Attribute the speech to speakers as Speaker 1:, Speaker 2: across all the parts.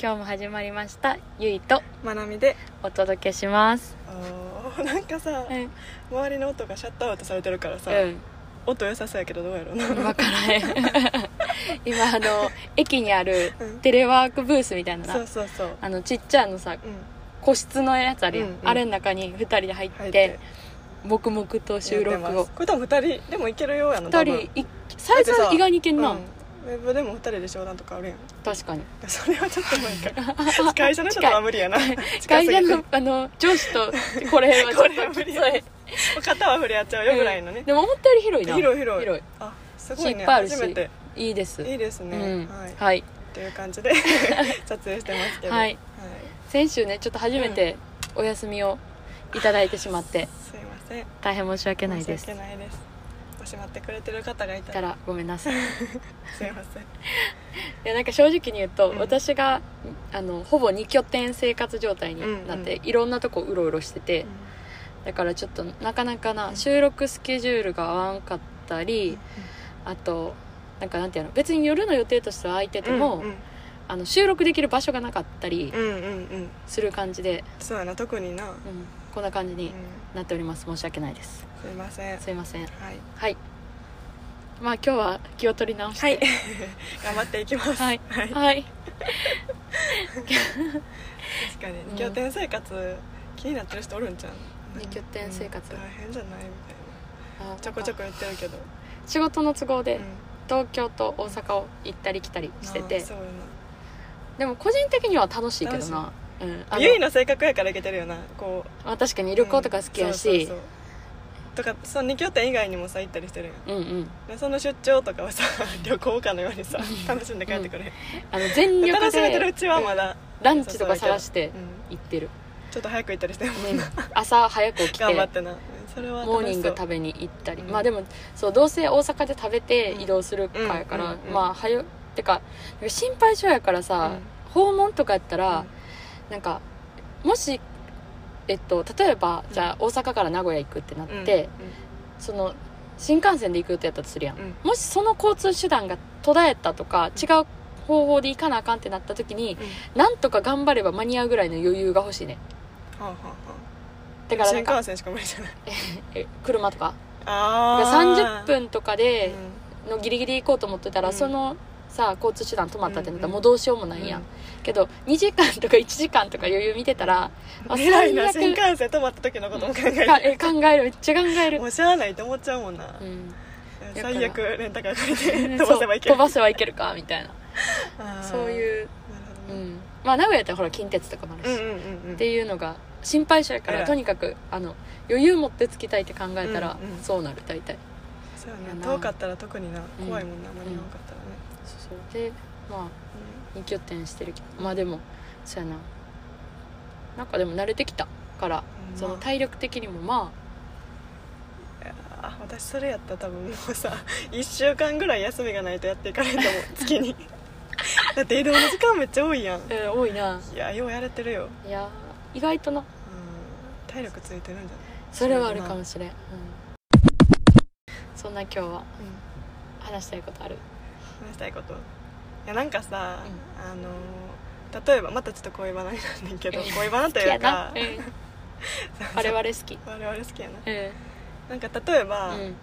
Speaker 1: 今日も始まりましたゆいと
Speaker 2: まなみで
Speaker 1: お届けします
Speaker 2: あーなんかさ、
Speaker 1: うん、
Speaker 2: 周りの音がシャットアウトされてるからさ、音良さそうやけどどうやろうな
Speaker 1: うん、分からへん今あの駅にある
Speaker 2: うん
Speaker 1: テレワークブースみたいなのな
Speaker 2: そうそうそう
Speaker 1: あのちっちゃいのさ
Speaker 2: うん
Speaker 1: 個室のやつあるやん、
Speaker 2: うんうん
Speaker 1: あれの中に2人で入
Speaker 2: 入
Speaker 1: っ
Speaker 2: ってて
Speaker 1: 黙々と収録
Speaker 2: やってま
Speaker 1: を
Speaker 2: すこれ多分2人でもいけるようやな
Speaker 1: 2
Speaker 2: 多分
Speaker 1: 人いサイズ
Speaker 2: だってさ
Speaker 1: 意外にいけんな、
Speaker 2: うんウェブでも2人で商談とかあるやん
Speaker 1: 確かに
Speaker 2: それはちょっとな んか会社の人とは無理やな 近
Speaker 1: 会
Speaker 2: す
Speaker 1: 社
Speaker 2: ぎて
Speaker 1: のあの上司とこれはちょ
Speaker 2: これ
Speaker 1: っ
Speaker 2: は
Speaker 1: とき
Speaker 2: 無理
Speaker 1: つい
Speaker 2: 肩は触れ合っちゃうよぐらいのね
Speaker 1: でも思ったより広いな
Speaker 2: 広い広い
Speaker 1: 広
Speaker 2: あすごい
Speaker 1: い
Speaker 2: ね
Speaker 1: っぱいあるし
Speaker 2: 初めて
Speaker 1: いいいです
Speaker 2: いいですね、
Speaker 1: うん
Speaker 2: はい
Speaker 1: はい
Speaker 2: っていう感じで 撮影してますけど
Speaker 1: はい先週ねちょっと初めてお休みをいただいてしま って
Speaker 2: すいません
Speaker 1: 大変申し訳ないで
Speaker 2: 申
Speaker 1: す
Speaker 2: し訳ないですしまってくれてる方がいた
Speaker 1: かららごめんなさいい
Speaker 2: すいません
Speaker 1: やなんか正直に言うと、
Speaker 2: うん
Speaker 1: 私があのほぼ2拠点生活状態になって、
Speaker 2: う
Speaker 1: いろんなとこうろうろしてて、だからちょっとなかなかな収録スケジュールが合わんかったり、あとなんかなんていうの別に夜の予定としては空いてても、
Speaker 2: うん
Speaker 1: あの収録できる場所がなかったり
Speaker 2: うんうんうん
Speaker 1: する感じで、
Speaker 2: そうやな特にな、うん、
Speaker 1: うんこんな感じに
Speaker 2: す
Speaker 1: なっております申し訳ないです
Speaker 2: いません
Speaker 1: すいません
Speaker 2: はい
Speaker 1: はいまあ今日は気を取り直して
Speaker 2: はい頑張っていきます
Speaker 1: はい
Speaker 2: はい、確
Speaker 1: はい
Speaker 2: かに
Speaker 1: ん
Speaker 2: 二拠点生活気になってる人おるんじゃん
Speaker 1: 二拠点生活
Speaker 2: うん大変じゃないみたい
Speaker 1: あ
Speaker 2: なちょこちょこ言ってるけど、
Speaker 1: 仕事の都合で
Speaker 2: うん
Speaker 1: 東京と大阪を行ったり来たりして
Speaker 2: あ
Speaker 1: て
Speaker 2: ーそうや
Speaker 1: でも個人的には楽しいけどなうんあ
Speaker 2: な
Speaker 1: の
Speaker 2: ゆいの性格やからいけてるよなこう
Speaker 1: まあ確かに旅行とか好きや
Speaker 2: うん
Speaker 1: し
Speaker 2: そうそうそうとかその二拠点以外にもさ行ったりしてるやん
Speaker 1: うんうん
Speaker 2: でその出張とかはさ 旅行かのようにさ楽しんで帰ってくれ、
Speaker 1: あの全
Speaker 2: で
Speaker 1: 力で
Speaker 2: 楽しめてるうちはまだ、
Speaker 1: ランチとか探して
Speaker 2: うん
Speaker 1: 行ってる
Speaker 2: ちょっと早く行ったりしても
Speaker 1: うん朝早く起きて
Speaker 2: 頑張ってなそれは
Speaker 1: モ
Speaker 2: 楽
Speaker 1: ーニ
Speaker 2: し
Speaker 1: ン
Speaker 2: そ
Speaker 1: グ
Speaker 2: う
Speaker 1: 食べに行ったり、
Speaker 2: うん
Speaker 1: まあでもそうどうせ大阪で食べて
Speaker 2: うん
Speaker 1: 移動するかやから、
Speaker 2: うんうんうん
Speaker 1: まあはよてか心配性やからさ、訪問とかやったら、なんかもしえっと例えば
Speaker 2: うん
Speaker 1: じゃあ大阪から名古屋行くってなっ
Speaker 2: うん
Speaker 1: て、その新幹線で行く予定やったとするやん、
Speaker 2: うんうん
Speaker 1: もしその交通手段が途絶えたとか違う方法で行かなあかんってなった時になんとか頑張れば間に合うぐらいの余裕が欲しいね
Speaker 2: はあはあは
Speaker 1: だ
Speaker 2: あ
Speaker 1: からな
Speaker 2: 新
Speaker 1: んか
Speaker 2: 幹線しか無理じゃない
Speaker 1: え車とか
Speaker 2: ああ
Speaker 1: 30分とかでのギリギリ行こうと思ってたら、
Speaker 2: うん
Speaker 1: そのさ交通手段止まったってなったら
Speaker 2: うんうん
Speaker 1: もうどうしようもないやん、けど2時間とか1時間とか余裕見てたらあ
Speaker 2: 偉いな新
Speaker 1: 最悪
Speaker 2: 幹線止まった時のことも考え
Speaker 1: か
Speaker 2: て
Speaker 1: え考えるめっちゃ考える
Speaker 2: も、うしゃあないと思っちゃうもんな、
Speaker 1: うん、だから
Speaker 2: 最悪レンタカー借りて
Speaker 1: そう
Speaker 2: 飛ばせばいける
Speaker 1: 飛ばせばいけるかみたいな
Speaker 2: あー
Speaker 1: そういう、
Speaker 2: なる
Speaker 1: う
Speaker 2: ほどね
Speaker 1: ん、まあ名古屋やったらほら近鉄とかもあるし、
Speaker 2: うんうんうんうん
Speaker 1: っていうのが心配者やから
Speaker 2: 偉い
Speaker 1: とにかくあの余裕持ってつきたいって考えたら、
Speaker 2: うんうん
Speaker 1: そうなる大体
Speaker 2: そうや
Speaker 1: や
Speaker 2: ね
Speaker 1: な
Speaker 2: 遠かったら特にな
Speaker 1: うん
Speaker 2: 怖いもんな間に合わなかったらね、
Speaker 1: でまあ
Speaker 2: う
Speaker 1: 2拠点してるけどまあでもそうやななんかでも慣れてきたから
Speaker 2: んうん
Speaker 1: その
Speaker 2: まあ
Speaker 1: 体力的にもま
Speaker 2: あ私それやったら多分もうさ1週 間ぐらい休みがないとやっていかないと思う月に だって移動の時間めっちゃ多いや
Speaker 1: あ、
Speaker 2: ん
Speaker 1: えー多いない
Speaker 2: やようやれてるよ、
Speaker 1: いやー意外とな
Speaker 2: うん、体力ついてるんじゃない
Speaker 1: それはあるかもしれん、うん、そんな今日は
Speaker 2: うん
Speaker 1: 話したいことある
Speaker 2: 話したいこといやなんかさ、
Speaker 1: う
Speaker 2: あのー例えばまたちょっと恋バナになんねんけど恋バナと
Speaker 1: 好き
Speaker 2: い
Speaker 1: や
Speaker 2: うか
Speaker 1: な、 うん、我々好き
Speaker 2: 我々好きやな
Speaker 1: うん
Speaker 2: なんか例えば、
Speaker 1: うん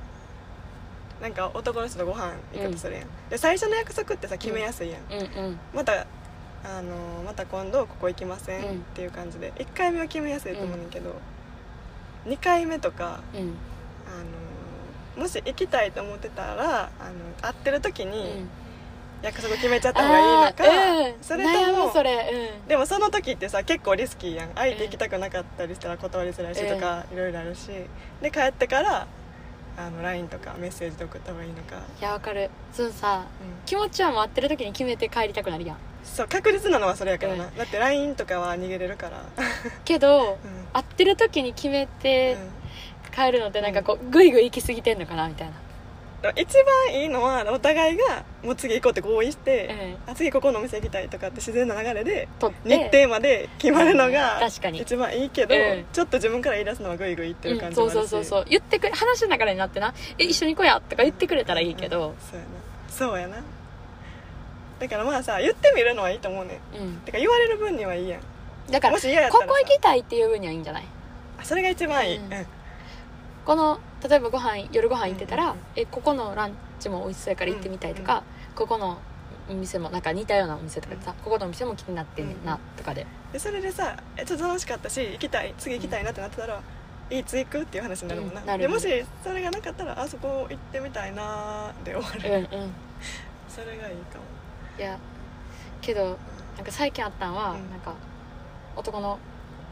Speaker 2: なんか男の人とご飯行くとするやん、で最初の約束ってさ決めやすいやん
Speaker 1: うんうん
Speaker 2: またあのまた今度ここ行きません、
Speaker 1: うん
Speaker 2: っていう感じで1回目は決めやすいと思うねんだけど、2回目とか、
Speaker 1: うん
Speaker 2: あのもし行きたいと思ってたらあの会ってる時
Speaker 1: う
Speaker 2: に
Speaker 1: ん
Speaker 2: 約束決めちゃった方がいい
Speaker 1: あ
Speaker 2: のか、
Speaker 1: ーうん
Speaker 2: それ
Speaker 1: 悩
Speaker 2: と
Speaker 1: む
Speaker 2: も
Speaker 1: それ
Speaker 2: でもその時ってさ結構リスキーやん相手行きたくなかったりしたら断りづらいしとかいろいろあるしで帰ってからあの LINE とかメッセージで送った方がいいのか、
Speaker 1: うんいやわかるそのさ
Speaker 2: うん
Speaker 1: 気持ちは回ってる時に決めて帰りたくなるやん
Speaker 2: そう確実なのはそれやからな、だって LINE とかは逃げれるから
Speaker 1: けど
Speaker 2: うん
Speaker 1: 会ってる時に決めて
Speaker 2: うん
Speaker 1: 帰るのってなんかこうグイグイ行き過ぎてんのかなみたいな
Speaker 2: でも一番いいのはお互いがもう次行こうって合意して、あ次ここのお店行きたいとかって自然な流れで
Speaker 1: 取って
Speaker 2: 日程まで決まるの
Speaker 1: う
Speaker 2: が
Speaker 1: ん確かに
Speaker 2: 一番いいけど、
Speaker 1: うん
Speaker 2: ちょっと自分から言い出すのはグイグイ言ってる感じ
Speaker 1: う
Speaker 2: も
Speaker 1: ん、
Speaker 2: あるし、
Speaker 1: そうそうそうそう言ってくれ話の中になってな「え一緒に行こうや」とか言ってくれたらいいけ
Speaker 2: うん
Speaker 1: ど、
Speaker 2: そうやなそうやなだからまあさ言ってみるのはいいと思うね
Speaker 1: うん
Speaker 2: てか言われる分にはいいやん
Speaker 1: だから
Speaker 2: もし嫌やった
Speaker 1: こ
Speaker 2: らさ
Speaker 1: こ行きたいっていう分にはいいんじゃない
Speaker 2: あそれが一番いい、
Speaker 1: う
Speaker 2: うんん
Speaker 1: この例えばご飯夜ご飯行ってたら、
Speaker 2: うんうんうん
Speaker 1: えここのランチも美味しそうやから行ってみたいとか、ここのお店もなんか似たようなお店とかでさ、ここのお店も気になってんねんなとかで、
Speaker 2: でそれでさえちょっと楽しかったし行きたい次行きたいなってなってたら、いい次行くっていう話になるもんな,、
Speaker 1: うんなる
Speaker 2: で
Speaker 1: よね
Speaker 2: もしそれがなかったらあそこ行ってみたいなーで終わ
Speaker 1: うん、
Speaker 2: る、
Speaker 1: うん
Speaker 2: それがいいかも
Speaker 1: いやけどなんか最近あったんは、
Speaker 2: うん
Speaker 1: なんか男の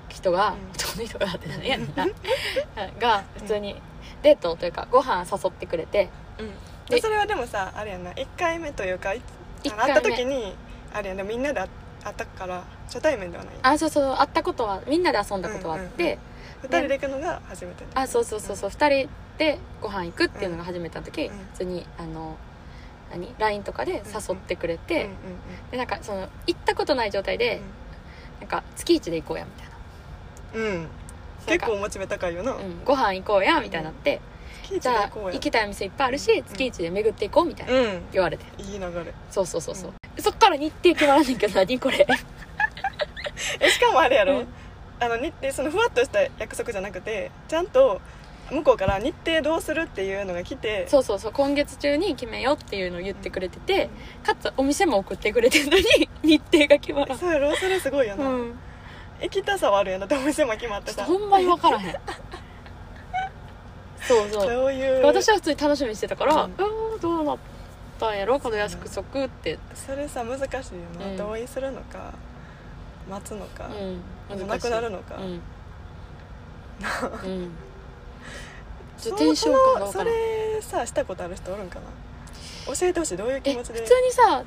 Speaker 1: 人が、
Speaker 2: うん
Speaker 1: 男の人がって何やねんな が普通にデートというかご飯誘ってくれて
Speaker 2: で
Speaker 1: で
Speaker 2: それはでもさあれやんな1回目というかい
Speaker 1: 一
Speaker 2: あの
Speaker 1: 回
Speaker 2: 会
Speaker 1: 目
Speaker 2: った時にあれやんでもみんなで会会ったから初対面ではない
Speaker 1: あそうそう会ったことはみんなで遊んだことはあって、
Speaker 2: うんうん2人で行くのが初めて
Speaker 1: あそうそうそうそう2人でご飯行くっていうのが始めた時、
Speaker 2: うん
Speaker 1: 普通にあの何 LINE とかで誘ってくれて、
Speaker 2: うんうん
Speaker 1: でなんかその行ったことない状態で、なんか月一で行こうやみたいな
Speaker 2: うんうん、うん、
Speaker 1: なん
Speaker 2: 結
Speaker 1: か
Speaker 2: 構モチベ高いよな、
Speaker 1: うん、ご飯行こうやみたいになって、
Speaker 2: 月一
Speaker 1: じ
Speaker 2: で
Speaker 1: ゃあ
Speaker 2: 行こうや
Speaker 1: 行きたい店いっぱいある
Speaker 2: うん
Speaker 1: し
Speaker 2: うん
Speaker 1: 月一で巡っていこうみたいな、
Speaker 2: うん
Speaker 1: 言われて
Speaker 2: いい流れ
Speaker 1: そうそうそうそう、
Speaker 2: う
Speaker 1: そっから日程決まらないけど何こ れ
Speaker 2: えしかもあれやろ、
Speaker 1: うん
Speaker 2: あの日程そのふわっとした約束じゃなくてちゃんと向こうから日程どうするっていうのが来て
Speaker 1: そうそうそう今月中に決めようっていうのを言ってくれててかつお店も送ってくれてるのに 日程が決まらん、
Speaker 2: そうやろそれすごいよな、
Speaker 1: うん、
Speaker 2: 行きたさはあるやなってお店も決まっ
Speaker 1: ち
Speaker 2: て
Speaker 1: ょっと
Speaker 2: さ
Speaker 1: ほんまに分からへんそうそう
Speaker 2: そういう
Speaker 1: 私は普通に楽しみにしてたから、う
Speaker 2: うん
Speaker 1: ん、どうなったんやろこの約束って、
Speaker 2: それさ難しいよな、
Speaker 1: うん
Speaker 2: 同意するのか待つのか、
Speaker 1: う
Speaker 2: も
Speaker 1: ん、
Speaker 2: う
Speaker 1: 難
Speaker 2: な
Speaker 1: しい
Speaker 2: くなるのか、
Speaker 1: うん、 うん、ちょ
Speaker 2: そ
Speaker 1: っ
Speaker 2: う
Speaker 1: とテンション感が分
Speaker 2: そ
Speaker 1: か
Speaker 2: のそ
Speaker 1: らん
Speaker 2: れさしたことある人おるんかな教えてほしいどういう
Speaker 1: え
Speaker 2: 気持
Speaker 1: 普
Speaker 2: ち
Speaker 1: 通
Speaker 2: で
Speaker 1: にさ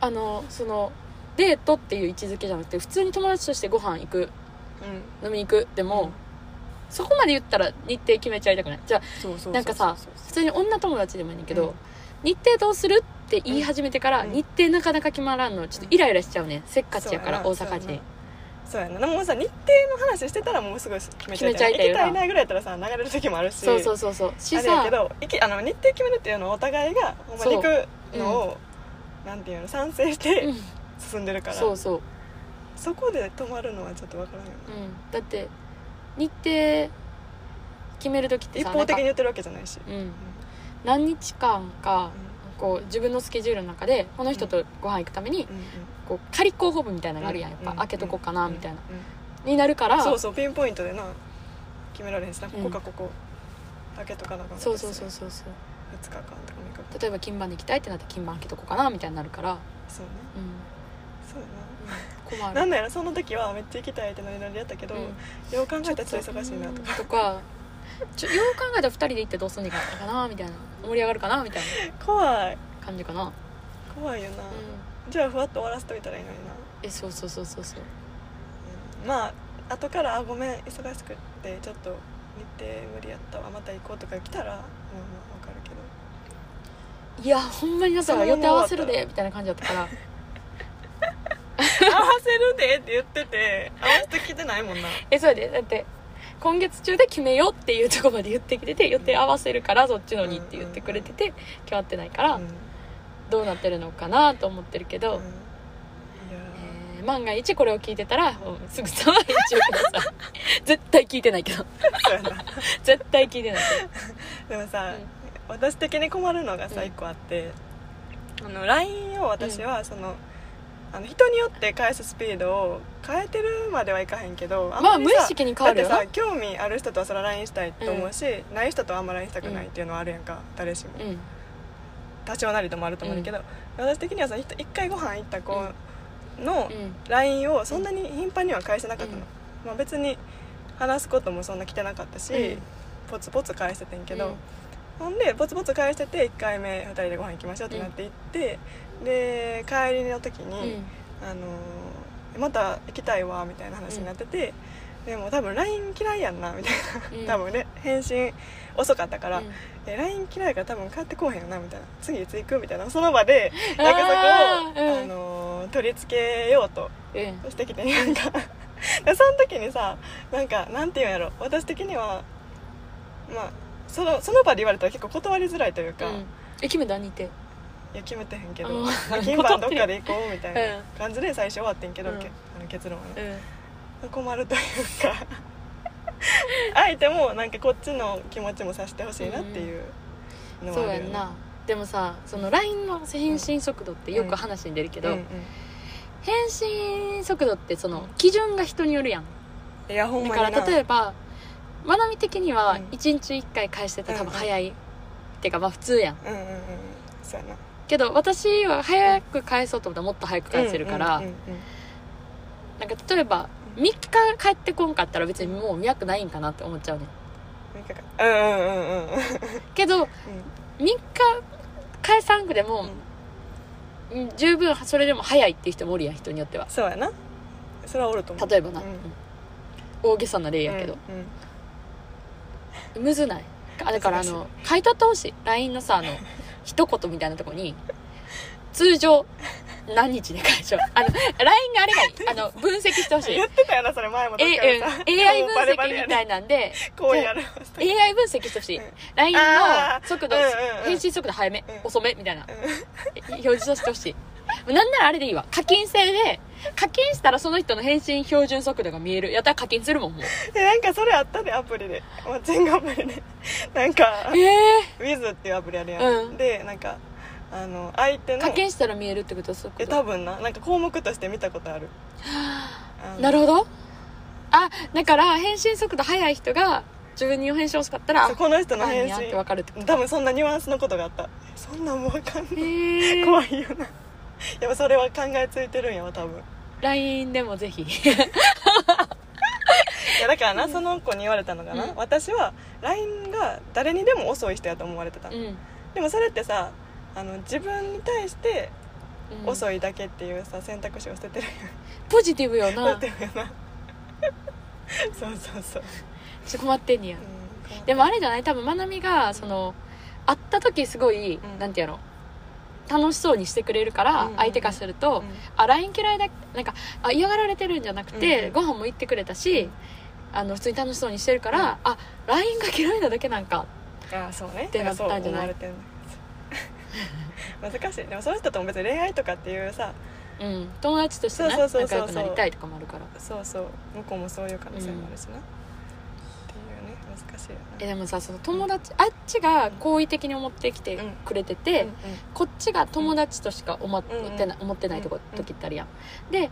Speaker 1: あのそのデートっていう位置づけじゃなくて普通に友達としてご飯行く
Speaker 2: うん
Speaker 1: 飲みに行くでも、そこまで言ったら日程決めちゃいたくないじゃあ
Speaker 2: そうそうそうそう
Speaker 1: なんかさ普通に女友達でもいいねんだけど、
Speaker 2: うん
Speaker 1: 日程どうするって言い始めてから、
Speaker 2: うん
Speaker 1: 日程なかなか決まらんのちょっとイライラしちゃうねんせっかちやから
Speaker 2: そ
Speaker 1: 大
Speaker 2: うやな
Speaker 1: 阪人
Speaker 2: そうやなでもさ日程の話してたらもうすぐ決めちゃいたい
Speaker 1: 決めちゃいたいよ
Speaker 2: 行き
Speaker 1: な
Speaker 2: たいなぐらいやったらさ流れる時もあるし
Speaker 1: そうそうそうそうし
Speaker 2: あれや
Speaker 1: さ
Speaker 2: けど行きあの日程決めるっていうのをお互いがほんまに行くのを、なんていうの賛成し
Speaker 1: う
Speaker 2: て
Speaker 1: ん
Speaker 2: 進んでるから、
Speaker 1: そうそう、
Speaker 2: そこで止まるのはちょっとわからんよな
Speaker 1: うん、だって日程決める時って
Speaker 2: 一
Speaker 1: さ
Speaker 2: 方的に
Speaker 1: なんか
Speaker 2: 言ってるわけじゃないし、
Speaker 1: うん、何日間か
Speaker 2: う
Speaker 1: こう自分のスケジュールの中でこの人とご飯行くために
Speaker 2: んうん
Speaker 1: こう仮候補部みたいなのがあるやんやっぱ開けとこうかなみたいな、になるから
Speaker 2: そうそうピンポイントでな決められへんしなここか
Speaker 1: う
Speaker 2: ここ開けとかなあかん
Speaker 1: そうそうそう
Speaker 2: 2
Speaker 1: そうそう
Speaker 2: 日間とか3日間
Speaker 1: 例えば金盤で行きたいってなったら金盤開けとこうかなみたいになるから、
Speaker 2: そうね
Speaker 1: うん、
Speaker 2: そうや
Speaker 1: 困る
Speaker 2: ななんだやろその時はめっちゃ行きたいってノリノリやったけど、
Speaker 1: うん
Speaker 2: よう考えたらちょっと忙しいなとか
Speaker 1: とかちょよう考えたら2人で行ってどうすんねんかなみたいな盛り上がるかなみたい
Speaker 2: 怖い
Speaker 1: な感じかな、
Speaker 2: 怖いよな、
Speaker 1: う
Speaker 2: じゃあふわっと終わらせといたらいいのにな、
Speaker 1: ん、えそうそうそうそうそう
Speaker 2: うんまあ後から「あごめん忙しくってちょっと見て無理やったわまた行こう」とか来たらまあまあわかるけ ど
Speaker 1: いやほんまにだから
Speaker 2: そのま
Speaker 1: 予
Speaker 2: ま
Speaker 1: 定合わせるでみたいな感じだったから
Speaker 2: 「合わせるで」って言ってて合わせてきてないもんな
Speaker 1: えそうやでだって今月中で決めようっていうところまで言ってきてて予定合わせるからそっちのにって言ってくれてて決まってないから
Speaker 2: うん
Speaker 1: どうなってるのかなと思ってるけど、
Speaker 2: うんいや
Speaker 1: えー万が一これを聞いてたらもうすぐさま一応くだ さい絶対聞いてないけど
Speaker 2: ーそうやな
Speaker 1: 絶対聞いてない
Speaker 2: でも
Speaker 1: け
Speaker 2: さ、
Speaker 1: ど、
Speaker 2: 私的に困るのがさ
Speaker 1: うん
Speaker 2: 1個あって、あの LINE を私はその、あの人によって返すスピードを変えてるまではいかへんけど
Speaker 1: まあ
Speaker 2: ん
Speaker 1: 無
Speaker 2: り
Speaker 1: 意
Speaker 2: さ
Speaker 1: 識に変
Speaker 2: だ
Speaker 1: わ
Speaker 2: っ
Speaker 1: る
Speaker 2: て
Speaker 1: よな
Speaker 2: さ興味ある人とはそら LINE したいと思うし、ない人とはあんま LINE したくないっていうのはあるやんか、誰しも
Speaker 1: うん
Speaker 2: 多少なりともあると思うんだけど、私的にはさひと一回ご飯行った子の
Speaker 1: うん
Speaker 2: LINE をそんなに頻繁には返せなかったの、
Speaker 1: うん
Speaker 2: まあ、別に話すこともそんな来てなかったし、
Speaker 1: うん
Speaker 2: ポツポツ返しててんけど、
Speaker 1: うん
Speaker 2: ほんでポツポツ返してて1回目2人でご飯行きましょうってなって行って、で帰りの時
Speaker 1: う
Speaker 2: に、
Speaker 1: ん
Speaker 2: あのーまた行きたいわみたいな話になってて、でも多分 LINE 嫌いやんなみたい
Speaker 1: うん
Speaker 2: な、多分ね返信遅かったから、
Speaker 1: うん
Speaker 2: え LINE 嫌いやから多分帰ってこうへんよなみたいな次いつ行くみたいなその場で
Speaker 1: あー
Speaker 2: なんかそこを、
Speaker 1: うん
Speaker 2: あのー取り付けようと
Speaker 1: うん
Speaker 2: してきてなんか でその時にさなんかなんていうんやろ私的にはまあそのその場で言われたら結構断りづらいというか、
Speaker 1: うんえ決めた似て
Speaker 2: いや決めてへんけど
Speaker 1: うん
Speaker 2: ま あ金番どっかで行こうみたいな
Speaker 1: うん
Speaker 2: 感じで最初終わってんけど、
Speaker 1: うん
Speaker 2: けあの結論は
Speaker 1: う
Speaker 2: ね、
Speaker 1: ん
Speaker 2: 困るというか 相手もなんかこっちの気持ちもさせてほしいなっていうの
Speaker 1: そう
Speaker 2: はあ
Speaker 1: や
Speaker 2: るよ
Speaker 1: ん
Speaker 2: ね
Speaker 1: なでもさその LINE の返信速度ってよく話に出るけど、
Speaker 2: うん
Speaker 1: 返信速度ってその基準が人によるやん
Speaker 2: うん、いやほん
Speaker 1: だ
Speaker 2: ま
Speaker 1: か
Speaker 2: に
Speaker 1: ら
Speaker 2: な
Speaker 1: 例えばまなみ的には
Speaker 2: うん
Speaker 1: 1日1回返してたら多分
Speaker 2: うんうん
Speaker 1: 早い、ってかまあ普通やん
Speaker 2: うんうんうんうんそうやな
Speaker 1: けど私は早く返そうと思ったらもっと早く返せるから、
Speaker 2: うんうんうん
Speaker 1: なんか例えば3日帰ってこんかったら別にもう脈ないんかなって思っちゃうねん
Speaker 2: うんうんうんうんうんうん
Speaker 1: けど3日返さんくでも、うん十分それでも早いっていう人もおるやん人によっては
Speaker 2: そうやなそれはおると思う
Speaker 1: 例えばな、
Speaker 2: うん
Speaker 1: うん大げさな例やけど、
Speaker 2: うんうん
Speaker 1: むずないあだからあの書いとってほしい LINE のさ あの一言みたいなとこに通常何日で解消あの LINE があれがいいあの分析してほしい
Speaker 2: 言ってたよなそれ前もどっか
Speaker 1: え
Speaker 2: で
Speaker 1: うん
Speaker 2: さ
Speaker 1: AI
Speaker 2: もうバ
Speaker 1: 分
Speaker 2: レバレ
Speaker 1: 析
Speaker 2: や
Speaker 1: み
Speaker 2: ね
Speaker 1: たいなんで
Speaker 2: こうやる
Speaker 1: AI 分析してほしい
Speaker 2: うん
Speaker 1: LINE の
Speaker 2: あー
Speaker 1: 速度
Speaker 2: うんうんうん
Speaker 1: 返信速度早め
Speaker 2: うん
Speaker 1: 遅めみたいな
Speaker 2: うん
Speaker 1: 表示させてほしいなんならあれでいいわ課金制で課金したらその人の返信標準速度が見えるやったら課金するもんもう
Speaker 2: でなんかそれあったでアプリでマッチングアプリでなんか
Speaker 1: ええ
Speaker 2: Wiz っていうアプリあるやん、
Speaker 1: うん
Speaker 2: でなんかあの相手の
Speaker 1: 課金したら見えるってことは速
Speaker 2: え
Speaker 1: 度
Speaker 2: 多分ななんか項目として見たことあるあの
Speaker 1: なるほどあだから返信速度速い人が自分に返信遅かったら
Speaker 2: そうこの人の
Speaker 1: あ
Speaker 2: 返
Speaker 1: やって分
Speaker 2: 信
Speaker 1: かるってこと
Speaker 2: 多分そんなニュアンスのことがあったそんなんもうわかんない
Speaker 1: へえ
Speaker 2: 怖いよなやっぱそれは考えついてるんやわ多分
Speaker 1: LINE でもぜひ
Speaker 2: いやだからなその子に言われたのかな、
Speaker 1: うん
Speaker 2: 私は LINE が誰にでも遅い人やと思われてた、
Speaker 1: うん
Speaker 2: でもそれってさあの自分に対して
Speaker 1: うん
Speaker 2: 遅いだけっていうさ選択肢を捨ててる
Speaker 1: ポジティブよ
Speaker 2: やん、
Speaker 1: な
Speaker 2: だってるよなそうそうそう、
Speaker 1: ちょっと困ってんねや
Speaker 2: うん
Speaker 1: でもあれじゃない多分まなみがその会った時すごい、
Speaker 2: うん
Speaker 1: なんていうの楽しそうにしてくれるから、
Speaker 2: うんうん
Speaker 1: 相手からすると、
Speaker 2: うん
Speaker 1: あ LINE 嫌いだなんかあ嫌がられてるんじゃなくて、
Speaker 2: うん
Speaker 1: ご飯も行ってくれたし、
Speaker 2: うん
Speaker 1: あの普通に楽しそうにしてるから、あ LINE が嫌いなだけなんか
Speaker 2: ああそうね
Speaker 1: ってなったんじゃない
Speaker 2: だからそう思われてんの難しいでもその人とも別に恋愛とかっていうさ
Speaker 1: うん、友達としてね
Speaker 2: そうそうそ
Speaker 1: 仲
Speaker 2: うそう
Speaker 1: 良くなりたいとかもあるから
Speaker 2: そうそう向こうもそういう可能性もあるしな、っていうね難しいよ
Speaker 1: え
Speaker 2: ね
Speaker 1: でもさその友達あっちが好意的に思ってきてくれてて、
Speaker 2: うんうん
Speaker 1: こっちが友達としか思ってない,、思ってないとこ時ってあるやんで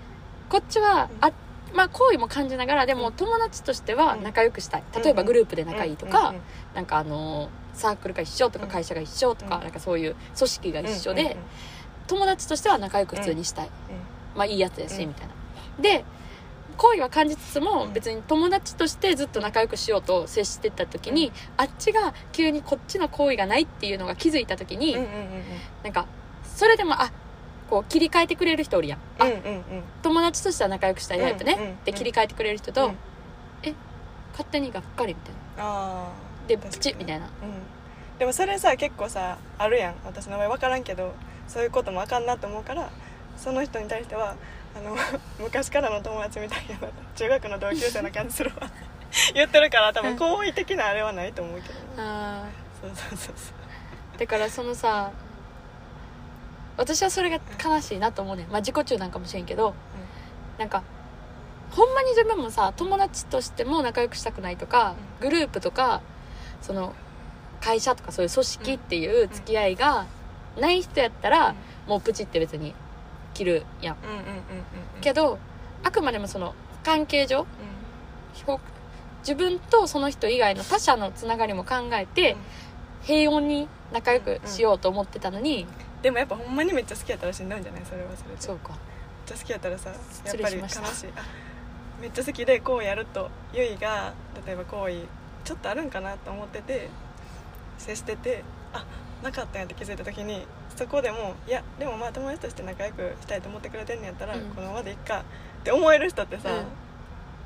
Speaker 1: こっちはあまあ好意も感じながらでも友達としては仲良くしたい例えばグループで仲いいとか、
Speaker 2: うんうん
Speaker 1: なんかあのーサークルが一緒とか
Speaker 2: うん
Speaker 1: 会社が一緒とか,、
Speaker 2: うん
Speaker 1: なんかそういう組織が
Speaker 2: うん
Speaker 1: 一緒で、友達としては仲良く普通にしたい、
Speaker 2: うんうん
Speaker 1: まあいいやつやし、
Speaker 2: うん
Speaker 1: みたいなで好意は感じつつも、
Speaker 2: うん
Speaker 1: 別に友達としてずっと仲良くしようと接してった時に、あっちが急にこっちの好意がないっていうのが気づいた時に、
Speaker 2: うんうんうんうん
Speaker 1: なんかそれでもあこう切り替えてくれる人おるやん、
Speaker 2: う
Speaker 1: あ
Speaker 2: んうんうん
Speaker 1: 友達としては仲良くしたいタイプね、
Speaker 2: うんうんうん
Speaker 1: で切り替えてくれる人と、
Speaker 2: うん
Speaker 1: 勝手にがっかりみたいな
Speaker 2: ああ
Speaker 1: でプチみたいな
Speaker 2: うん、でもそれさ結構さあるやん私名前分からんけどそういうこともあかんなと思うからその人に対してはあの 昔からの友達みたいな中学の同級生な感じするわ 言ってるから多分好意的なあれはないと思うけどな
Speaker 1: あ
Speaker 2: そうそうそうそう
Speaker 1: ーだからそのさ私はそれが悲しいなと思うねまあ自己中なんかもしれんけど、なんかほんまに自分もさ友達としても仲良くしたくないとか、グループとかその会社とかそういう組織っていう付き合いがない人やったら、もうプチって別に切るやん
Speaker 2: うんうんうんうんうん
Speaker 1: けどあくまでもその関係上ほ自分とその人以外の他者のつながりも考えて、
Speaker 2: うん
Speaker 1: 平穏に仲良くしようと思ってたのに、
Speaker 2: でもやっぱほんまにめっちゃ好きやったらしんどいんじゃないそれはそれで
Speaker 1: そうか
Speaker 2: めっちゃ好きやったらさやっ
Speaker 1: 失礼
Speaker 2: ぱ
Speaker 1: し
Speaker 2: り
Speaker 1: ま
Speaker 2: 悲
Speaker 1: し
Speaker 2: したいあめっちゃ好きでこうやるとゆいが例えば好意ちょっとあるんかなと思ってて接しててあなかったんやって気づいた時にそこでもいやでもまあ友達として仲良くしたいと思ってくれてんのやったら、
Speaker 1: うん
Speaker 2: このままでいっかって思える人ってさ、
Speaker 1: うん
Speaker 2: ま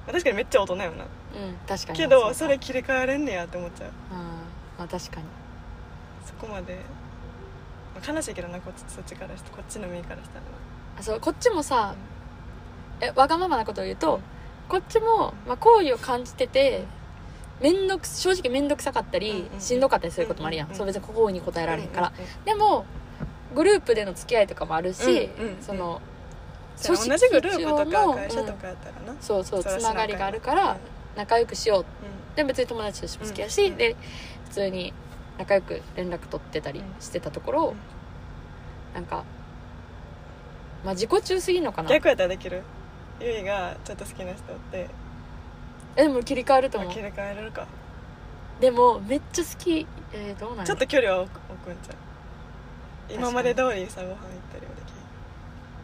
Speaker 2: あ確かにめっちゃ大人よな
Speaker 1: うん確かに
Speaker 2: けどそれ切り替えれんねやって思っちゃ
Speaker 1: う
Speaker 2: う
Speaker 1: んまあ確かに
Speaker 2: そこまで、まあ悲しいけどなこっちそっちからしてこっちの身からしたら
Speaker 1: あそうこっちもさ
Speaker 2: うん
Speaker 1: えわがままなことを言うと、
Speaker 2: うん
Speaker 1: こっちもまあ好意、を感じててめんどく正直面倒くさかったり、
Speaker 2: うんうん
Speaker 1: しんどかったりすることもあるやん、
Speaker 2: うんうん
Speaker 1: そう別に好意に応えられへんから、
Speaker 2: うんうんうん
Speaker 1: でもグループでの付き合いとかもあるし、
Speaker 2: うんうん
Speaker 1: その
Speaker 2: そうやな同じグループとか会社とかやったらな、
Speaker 1: そうそう
Speaker 2: そら
Speaker 1: つ
Speaker 2: し
Speaker 1: ながりがあるから仲良くしようで別に友達としても好きやし、
Speaker 2: うん
Speaker 1: で普通に仲良く連絡取ってたりしてたところ、
Speaker 2: うん
Speaker 1: なんかまあ自己中すぎんのか
Speaker 2: うん
Speaker 1: なえ
Speaker 2: 逆やったらできるゆいがちょっと好きな人って
Speaker 1: でも切り替わると
Speaker 2: あ
Speaker 1: 思う
Speaker 2: 切り替えられるか
Speaker 1: でもめっちゃ好きえー、どうなんやろ
Speaker 2: ちょっと距離は置く置くんちゃう
Speaker 1: に
Speaker 2: 今まで通りさご飯行ったりはできる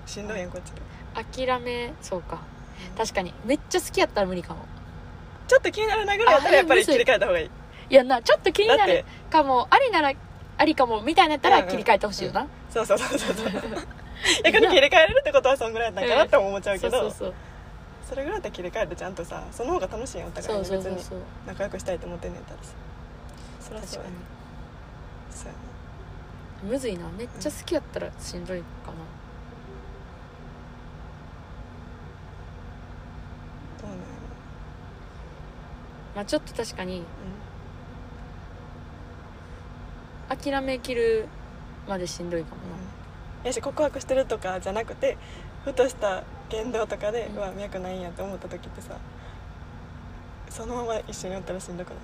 Speaker 2: しんどいやんこっちで
Speaker 1: 諦めそうか確かにめっちゃ好きやったら無理かも
Speaker 2: ちょっと気になるなぐらいやったらやっぱり切り替えた方がいい
Speaker 1: いやなちょっと気に
Speaker 2: だっ
Speaker 1: な
Speaker 2: て
Speaker 1: るかもありならありかもみたいなやった
Speaker 2: うん
Speaker 1: ら
Speaker 2: うん
Speaker 1: 切り替えてほしいよな、
Speaker 2: そうそうそうそう そう逆に切り替えれるってことはそんぐらいやったんかなって思っちゃう
Speaker 1: そ
Speaker 2: け
Speaker 1: うそ
Speaker 2: ど
Speaker 1: うそう
Speaker 2: それぐらいだったら切り替えるとちゃんとさその方が楽しいやんお互
Speaker 1: そ
Speaker 2: いうに
Speaker 1: そ
Speaker 2: 別
Speaker 1: うそう
Speaker 2: に
Speaker 1: そう
Speaker 2: 仲良くしたいと思ってんねんやったらさそりゃ
Speaker 1: 確
Speaker 2: そう
Speaker 1: か
Speaker 2: やそうやな
Speaker 1: にむずいなめっちゃ好きやったらしんどいかな
Speaker 2: どうなんや
Speaker 1: まあちょっと確かに
Speaker 2: ろ
Speaker 1: 諦めきるまでしんどいかも
Speaker 2: うんうんやし告白してるとかじゃなくてふとした言動とかで、
Speaker 1: う
Speaker 2: うんわ脈ないんやって思った時ってさそのまま一緒におったらしんどくない、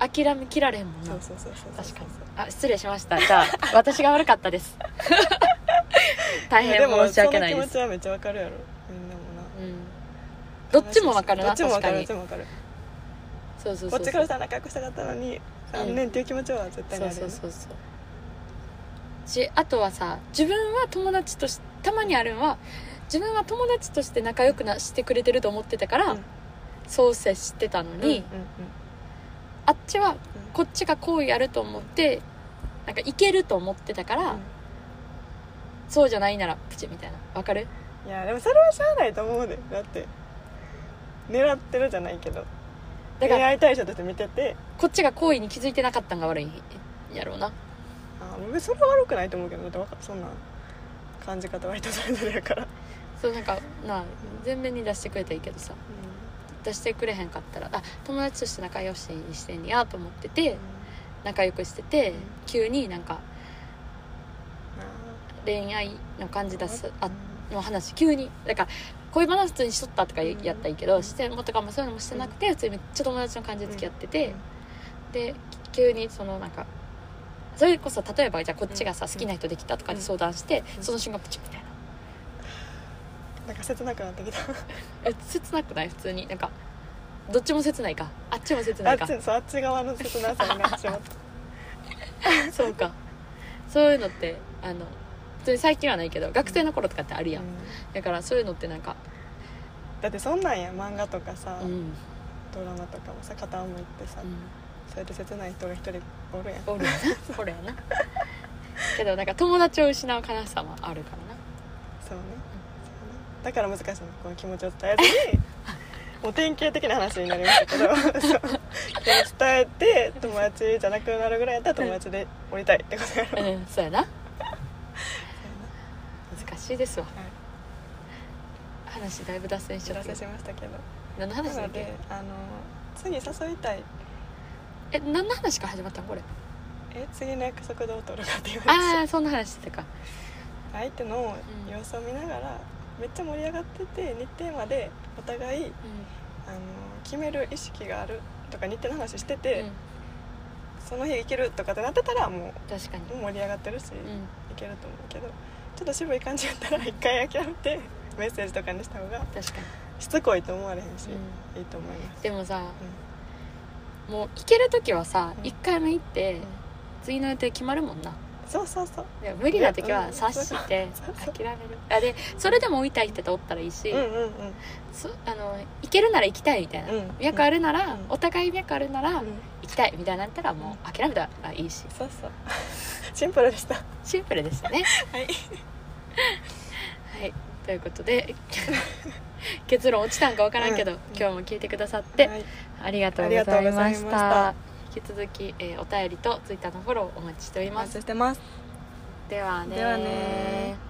Speaker 1: な諦めきられへんもんな
Speaker 2: そうそうそうそう
Speaker 1: 確かにあ失礼しましたじ ゃあ私が悪かったです大変申し訳ない
Speaker 2: や
Speaker 1: です
Speaker 2: もその気持ちはめっちゃわかるやろみんなもな
Speaker 1: うんどっちもわかる
Speaker 2: ど
Speaker 1: な
Speaker 2: っちもわ
Speaker 1: 確
Speaker 2: か
Speaker 1: か
Speaker 2: るどっ
Speaker 1: に
Speaker 2: ちもわかる
Speaker 1: そうそう
Speaker 2: こ
Speaker 1: そう
Speaker 2: っちからさ仲良くしたかったのに残念っていう気持ちは絶対に
Speaker 1: そ
Speaker 2: あ
Speaker 1: う
Speaker 2: る
Speaker 1: そ
Speaker 2: よ
Speaker 1: うそ
Speaker 2: ね
Speaker 1: うそうしあとはさ自分は友達としたまにあるんは自分は友達として仲良くなしてくれてると思ってたから、
Speaker 2: うん
Speaker 1: そう接してたのに、
Speaker 2: うんうん
Speaker 1: あっちはこっちがこうやると思ってなんかいけると思ってたから、そうじゃないならプチみたいなわかる
Speaker 2: うんいやでもそれはしゃあないと思うでだって狙ってるじゃないけど
Speaker 1: だ
Speaker 2: 恋
Speaker 1: から
Speaker 2: 愛対象として見てて
Speaker 1: こっちが好意に気づいてなかったんが悪いんやろうな
Speaker 2: あーそれは悪くないと思うけどだってわかそんな感じ方は人それぞれやから、
Speaker 1: そうなんかなあ前面に出してくれたらいいけどさ出してくれへんかったらあ友達として仲良しにしてんねやと思ってて仲良くしてて急になんか恋愛の感じ出すあの話急にだから恋バナ普通にしとったとかやったらいいけどしてもとかもそういうのもしてなくて普通にめっちゃ友達の感じで付き合っててで急にそのなんかそれこそ例えばじゃあこっちがさ
Speaker 2: うん
Speaker 1: 好きな人できたとかで相談して
Speaker 2: うん
Speaker 1: その瞬間プチみたいな
Speaker 2: なんか切なくなってきた
Speaker 1: え切なくない普通になんかどっちも切ないかあっちも切な
Speaker 2: あ
Speaker 1: い
Speaker 2: っ
Speaker 1: か
Speaker 2: ちそうあっち側の切なさになっち まった
Speaker 1: そうかそういうのってあの普通に最近はないけど学生の頃とかってあるやん、だからそういうのってなんか
Speaker 2: だってそんなんや漫画とかさ、
Speaker 1: うん、うん、
Speaker 2: ドラマとかもさ片思いってさ、そうやって切ない人が一人おるやん
Speaker 1: おるよなおるよなけどなんか友達を失う悲しさもあるからな
Speaker 2: そうねそうねだから難しいのこの気持ちを伝えずに もう典型的な話になりましたけど そう伝えて友達じゃなくなるぐらいやったら友達でおりたいってことやろ
Speaker 1: うんそうやな難しいですわ、話だいぶ脱線し
Speaker 2: 知
Speaker 1: ちゃ
Speaker 2: ら
Speaker 1: ったけ
Speaker 2: せ
Speaker 1: ど
Speaker 2: しましたけど
Speaker 1: 何の話
Speaker 2: な
Speaker 1: だっ
Speaker 2: の
Speaker 1: け
Speaker 2: であの次誘いたい
Speaker 1: え何の話から始まったのこれ
Speaker 2: え次の約束どう取るかっていう
Speaker 1: あ
Speaker 2: 話
Speaker 1: あそんな話してたか
Speaker 2: 相手の
Speaker 1: うん
Speaker 2: 様子を見ながらめっちゃ盛り上がってて日程までお互いあの決める意識があるとか日程の話して
Speaker 1: うん、
Speaker 2: て、その日行けるとかってなってたらも
Speaker 1: うん、確かに
Speaker 2: うもう盛り上がってるし、
Speaker 1: うん
Speaker 2: いけると思うけどちょっと渋い感じやったら 一回諦めてメッセージとかにした方が
Speaker 1: 確か
Speaker 2: しつこいと思われへんし、
Speaker 1: に、うん
Speaker 2: いいと思います
Speaker 1: でもさ、もう行ける時はさ、
Speaker 2: うん
Speaker 1: 一1回目行って、
Speaker 2: ん
Speaker 1: 次の予定決まるもんな
Speaker 2: そうそうそう
Speaker 1: で無理な時
Speaker 2: いやう
Speaker 1: は
Speaker 2: ん
Speaker 1: 察して
Speaker 2: そうそう
Speaker 1: 諦めるあでそれでも追いたい人とおったらいいし、
Speaker 2: うんうんうん
Speaker 1: そあの行けるなら行きたいみたいな、
Speaker 2: うん
Speaker 1: 脈あるなら、
Speaker 2: うん
Speaker 1: お互い脈あるなら
Speaker 2: う
Speaker 1: 行
Speaker 2: ん
Speaker 1: きたいみたいなのやったらもう諦めたらいいし
Speaker 2: そうそう シンプルでした
Speaker 1: シンプルでしたね
Speaker 2: はい
Speaker 1: はいということで 結論落ちたんか分からんけど、
Speaker 2: うん
Speaker 1: 今日も聞いてくださって
Speaker 2: はい、
Speaker 1: ありがとうござい
Speaker 2: あ
Speaker 1: ま
Speaker 2: りがとうございま
Speaker 1: し
Speaker 2: したた
Speaker 1: 引き続き、えーお便りとツイッターのフォローお待ちしており
Speaker 2: お
Speaker 1: ま
Speaker 2: 待
Speaker 1: す
Speaker 2: ちしてます
Speaker 1: ではねー
Speaker 2: ではねー